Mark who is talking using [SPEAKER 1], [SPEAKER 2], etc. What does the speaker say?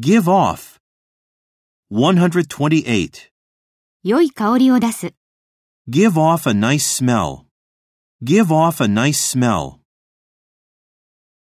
[SPEAKER 1] Give off. 128.
[SPEAKER 2] 良い香りを出す。
[SPEAKER 1] Give off a nice smell. Give off a nice smell.